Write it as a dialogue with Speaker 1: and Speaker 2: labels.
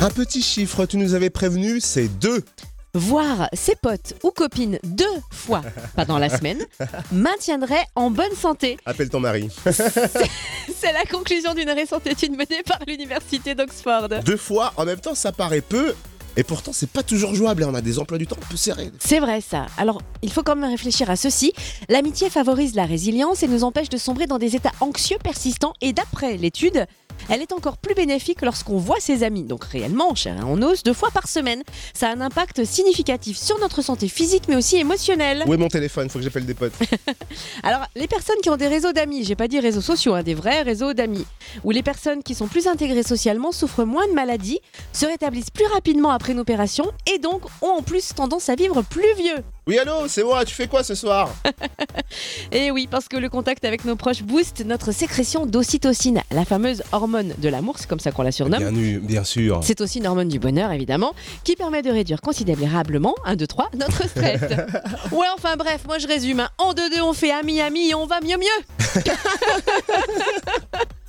Speaker 1: Un petit chiffre, tu nous avais prévenu, c'est 2.
Speaker 2: Voir ses potes ou copines deux fois pendant la semaine maintiendrait en bonne santé.
Speaker 1: Appelle ton mari.
Speaker 2: C'est la conclusion d'une récente étude menée par l'université d'Oxford.
Speaker 1: Deux fois, en même temps, ça paraît peu. Et pourtant, c'est pas toujours jouable. et On a des emplois du temps un peu serrés.
Speaker 2: C'est vrai ça. Alors, il faut quand même réfléchir à ceci. L'amitié favorise la résilience et nous empêche de sombrer dans des états anxieux persistants. Et d'après l'étude, elle est encore plus bénéfique lorsqu'on voit ses amis, donc réellement, chair et en os, deux fois par semaine. Ça a un impact significatif sur notre santé physique mais aussi émotionnelle.
Speaker 1: Où est mon téléphone Faut que j'appelle des potes.
Speaker 2: Alors, les personnes qui ont des réseaux d'amis, j'ai pas dit réseaux sociaux, hein, des vrais réseaux d'amis, ou les personnes qui sont plus intégrées socialement souffrent moins de maladies, se rétablissent plus rapidement après une opération et donc ont en plus tendance à vivre plus vieux.
Speaker 1: Oui, allô, c'est moi, tu fais quoi ce soir
Speaker 2: Et Eh oui, parce que le contact avec nos proches booste notre sécrétion d'ocytocine, la fameuse hormone de l'amour, c'est comme ça qu'on la surnomme.
Speaker 1: Bienvenue, bien sûr.
Speaker 2: C'est aussi une hormone du bonheur, évidemment, qui permet de réduire considérablement, 1, 2, 3, notre stress. ouais, enfin bref, moi je résume. hein. En 2-2, on fait ami-ami et on va mieux mieux.